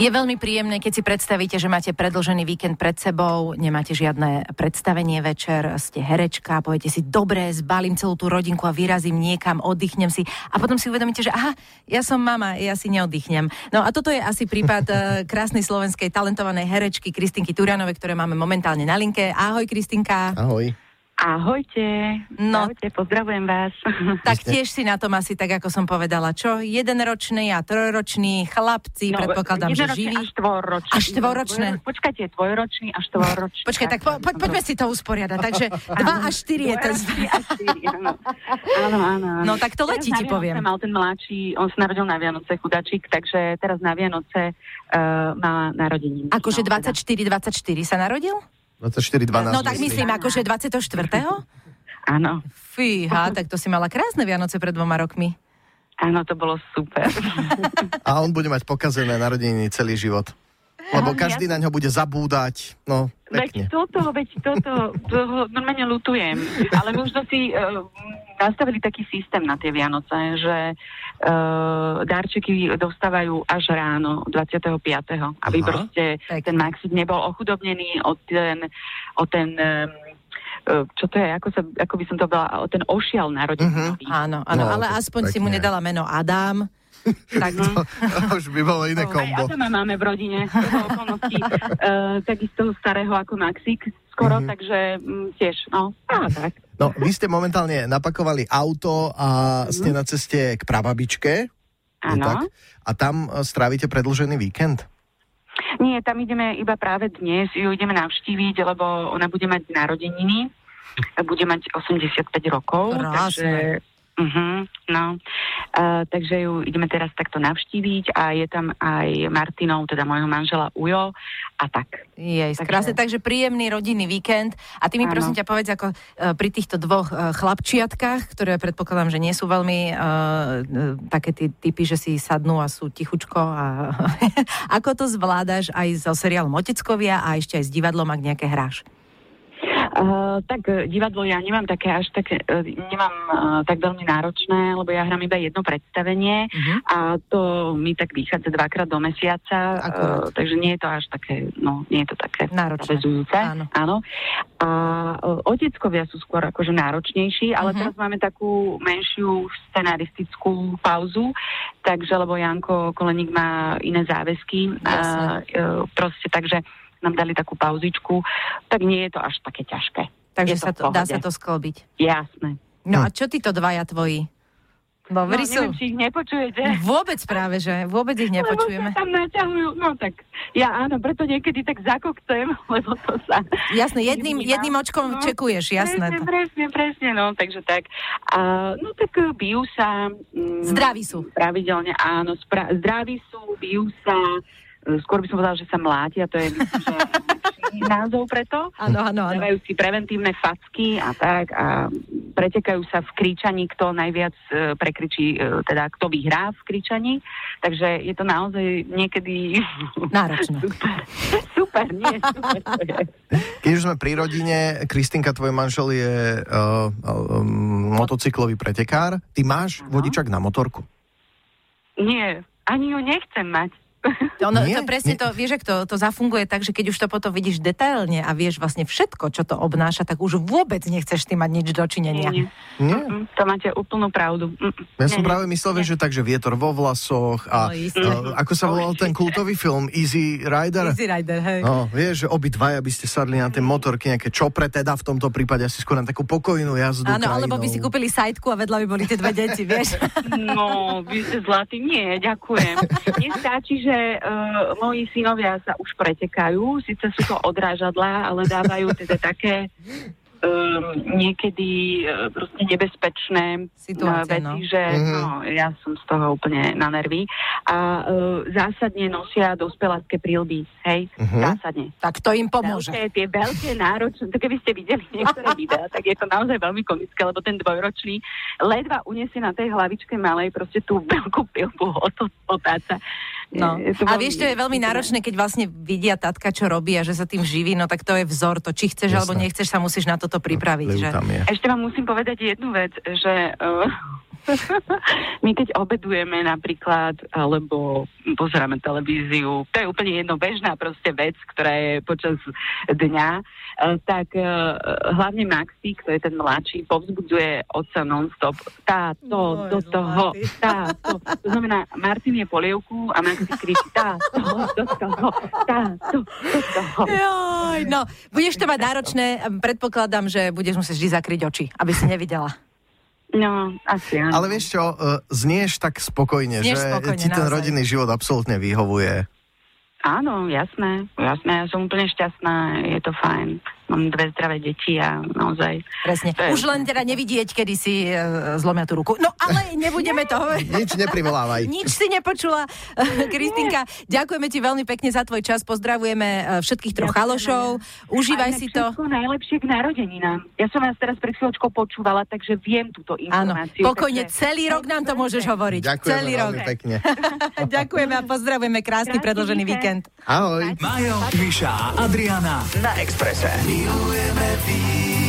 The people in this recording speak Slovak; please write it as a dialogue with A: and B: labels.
A: Je veľmi príjemné, keď si predstavíte, že máte predlžený víkend pred sebou, nemáte žiadne predstavenie večer, ste herečka, poviete si, dobre, zbalím celú tú rodinku a vyrazím niekam, oddychnem si a potom si uvedomíte, že aha, ja som mama, ja si neoddychnem. No a toto je asi prípad eh, krásnej slovenskej talentovanej herečky Kristinky Turianovej, ktoré máme momentálne na linke. Ahoj Kristinka.
B: Ahoj.
C: Ahojte,
A: No.
C: no. Ahojte, pozdravujem vás.
A: Tak tiež si na tom asi tak, ako som povedala. Čo? Jedenročný a trojroční chlapci, predpokladám, že
C: jednoročný
A: živí.
C: No, Až štvorročný.
A: Až štvorročné.
C: Dvojro- Počkajte, dvojročný až štvorročný.
A: Počkaj, tak po, po, poďme si to usporiadať. Takže 2 až 4 je ten...
C: Dvojročný až štyri, áno. Áno, áno, áno.
A: No tak to letí, ti
C: Teraz na Vianoce
A: poviem.
C: Mal ten mladší, on sa narodil na Vianoce, chudačík, takže teraz na Vianoce uh, má narodeniny.
A: Akože
C: No,
A: 24, 24 sa narodil?
B: 24, 12.
A: No tak myslím, akože 24.
C: Teda. Áno,
A: Fíha, tak to si mala krásne Vianoce pred dvoma rokmi.
C: áno, to bolo super.
B: A on bude mať pokazené narodeniny celý život. Lebo
C: Áno,
B: každý na ňo bude zabúdať. No,
C: Veď
B: pekne.
C: toto, veď toto, toho normálne lutujem. Ale my už sme si uh, nastavili taký systém na tie Vianoce, že uh, darčeky dostávajú až ráno 25. Aby
B: Aha.
C: proste
A: Pekne.
C: ten Maxit nebol ochudobnený o ten, o ten um, eh, čo to je, ako, sa, ako by som to bola, o ten ošial narodeninový.
A: Áno, áno,
B: No,
A: ale
B: tak
A: aspoň si
B: pekne.
A: mu nedala meno Adam. Tak,
B: To už by bolo iné
C: Aj
B: kombo.
C: Adama máme v rodine, z toho okolností, uh, takisto starého ako Maxik skoro,
B: Mhm.
C: takže um, tiež, no, á, tak.
B: No, vy ste momentálne napakovali auto a ste na ceste k prababičke. je
C: Mhm. Áno.
B: tak? A tam e, strávite predlžený víkend.
C: Nie, tam ideme iba práve dnes, ju ideme navštíviť, lebo ona bude mať narodeniny, bude mať 85 rokov,
A: Krásne.
C: takže... Uh-huh, no. Uh, takže ju ideme teraz takto navštíviť a je tam aj Martinov, teda môjho manžela Ujo a tak.
A: jej,
C: Takže-
A: krásne. Takže príjemný rodinný víkend. A ty mi
C: Áno.
A: prosím ťa povedz, ako e, pri týchto dvoch e, chlapčiatkách, ktoré predpokladám, že nie sú veľmi e, e, také tí typy, že si sadnú a sú tichučko. A ako to zvládaš aj so seriálom Oteckovia a ešte aj s divadlom, ak nejaké hráš?
C: Uh, tak eh, divadlo ja nemám také až tak, eh, nemám eh, tak veľmi náročné, lebo ja hrám iba jedno predstavenie
A: Mhm.
C: a to mi tak vychádza dvakrát do mesiaca,
A: Akurát.
C: uh, takže nie je to až také, no, nie je to také
A: Náročné.
C: zavezujúce.
A: Áno.
C: Áno. A e, oteckovia sú skôr akože náročnejší, ale
A: Mhm.
C: teraz máme takú menšiu scenaristickú pauzu, takže lebo Janko Koleník má iné záväzky, a,
A: Jasné.
C: e, proste takže nám dali takú pauzičku, tak nie je to až také ťažké.
A: Takže
C: Je to
A: sa
C: v
A: to, dá
C: pohode.
A: sa to sklbiť.
C: Jasné.
A: No
B: Hm.
A: a čo títo dvaja tvoji? No,
C: No, neviem, či ich nepočujete.
A: Vôbec práve, že? Vôbec ich
C: Lebo
A: nepočujeme.
C: sa vlastne tam naťahujú, no tak ja áno, preto niekedy tak zakokcem, lebo to sa
A: Jasné, jedným,
C: Nevnímam.
A: jedným očkom
C: No,
A: čekuješ, jasné.
C: Presne,
A: To.
C: presne, presne, no, takže tak. A, no tak e, bijú sa... Mm,
A: Zdraví sú.
C: Pravidelne, áno, spra- zdraví sú, bijú sa, e, skôr by som povedala, že sa mlátia, to je myslím, že lepší názov preto.
A: Áno, áno, áno.
C: Dávajú si preventívne facky a tak a pretekajú sa v kričaní, kto najviac e, prekričí, e, teda kto vyhrá v kričaní. Takže je to naozaj niekedy
A: Náročné.
C: super. Super, nie, super to je.
B: Keď už sme pri rodine, Kristinka, tvoj manžel je uh, um, motocyklový pretekár. Ty máš
C: Áno.
B: vodičak na motorku.
C: Nie, ani ju nechcem mať.
A: To, ono, to
B: Nie,
A: presne
B: nie.
A: to, vieš, ak to, to zafunguje tak, že keď už to potom vidíš detailne a vieš vlastne všetko, čo to obnáša, tak už vôbec nechceš ty mať nič dočinenia.
C: Nie.
B: Nie?
C: Mm, To máte úplnú pravdu. Mm, mm.
B: Ja som
C: Nie,
B: práve myslel, že takže vietor vo vlasoch a
A: No, isté.
B: uh, ako sa volal ten kultový film Easy Rider?
A: Easy rider, hej.
B: No, vieš, že obidvaja by ste sadli na tie motorky nejaké čopre, teda v tomto prípade asi skôr na takú pokojnú jazdu
A: Áno,
B: krajinou.
A: alebo by si kúpili sajtku a vedľa by boli tie dve deti, vieš.
C: No, vy ste zlatý. Nie, ďakujem. Mne stačí, že uh, moji synovia sa už pretekajú, síce sú to odrážadlá, ale dávajú teda také um, niekedy uh, proste nebezpečné
A: Situácie,
C: eh, veci,
A: no.
C: že
B: Mhm.
C: no, ja som z toho úplne na nervy. A uh, zásadne nosia dospelácké prílby, hej?
B: Mhm.
C: Zásadne.
A: Tak to im pomôže.
C: Veľké, tie veľké náročné, to keby ste videli niektoré videá, tak je to naozaj veľmi komické, lebo ten dvojročný ledva uniesie na tej hlavičke malej proste tú veľkú pilku oto- otáca.
A: No.
C: Je to
A: A
C: veľmi-
A: vieš, to je veľmi náročné, keď vlastne vidia tatka, čo robí a že sa tým živí, no tak to je vzor, to či chceš
B: Jasné.
A: alebo nechceš, sa musíš na toto pripraviť.
B: Leu
A: Že?
B: tam je.
C: Ešte vám musím povedať jednu vec, že uh, My keď obedujeme napríklad, alebo pozeráme televíziu, to je úplne jedno bežná proste vec, ktorá je počas dňa, e, tak e, hlavne Maxi, kto je ten mladší, povzbudzuje otca non-stop.
D: Moje
C: Táto, do toho,
D: zlatý.
C: táto. To znamená, Martin je polievku a Maxi kričí táto, do toho, táto, do toho.
A: Joj, no, budeš to mať náročné, predpokladám, že budeš musieť vždy zakryť oči, aby si nevidela.
C: No, asi áno.
B: Ale vieš čo, e, znieš tak spokojne,
A: Znieš
B: že
A: spokojne,
B: ti ten
A: naozaj.
B: rodinný život absolútne vyhovuje.
C: Áno, jasné, jasné, ja som úplne šťastná, je to fajn. Mám dve zdravé deti a naozaj...
A: Presne.
C: To je-
A: Už len teda nevidieť, kedy si e, zlomia tú ruku. No ale nebudeme to hovoriť.
B: Nič neprivolávaj.
A: Nič si nepočula, Kristinka. Ďakujeme ti veľmi pekne za tvoj čas. Pozdravujeme e, všetkých troch
C: Ďakujeme.
A: chalošov. Užívaj
C: A inak
A: si to.
C: Všetko najlepšie k narodeninám. Ja som vás teraz pred chvíľočkou počúvala, takže viem túto
A: Áno,
C: informáciu.
A: pokojne
C: takže
A: celý rok nám to môžeš hovoriť.
B: Ďakujeme
A: Celý rok.
B: veľmi pekne.
A: Ďakujeme a pozdravujeme. Krásny
C: Krásny
A: predložený
C: víkend.
A: víkend.
B: Ahoj.
E: Majo, Miša a Adriana.
F: na Exprese.
E: Milujeme víkend.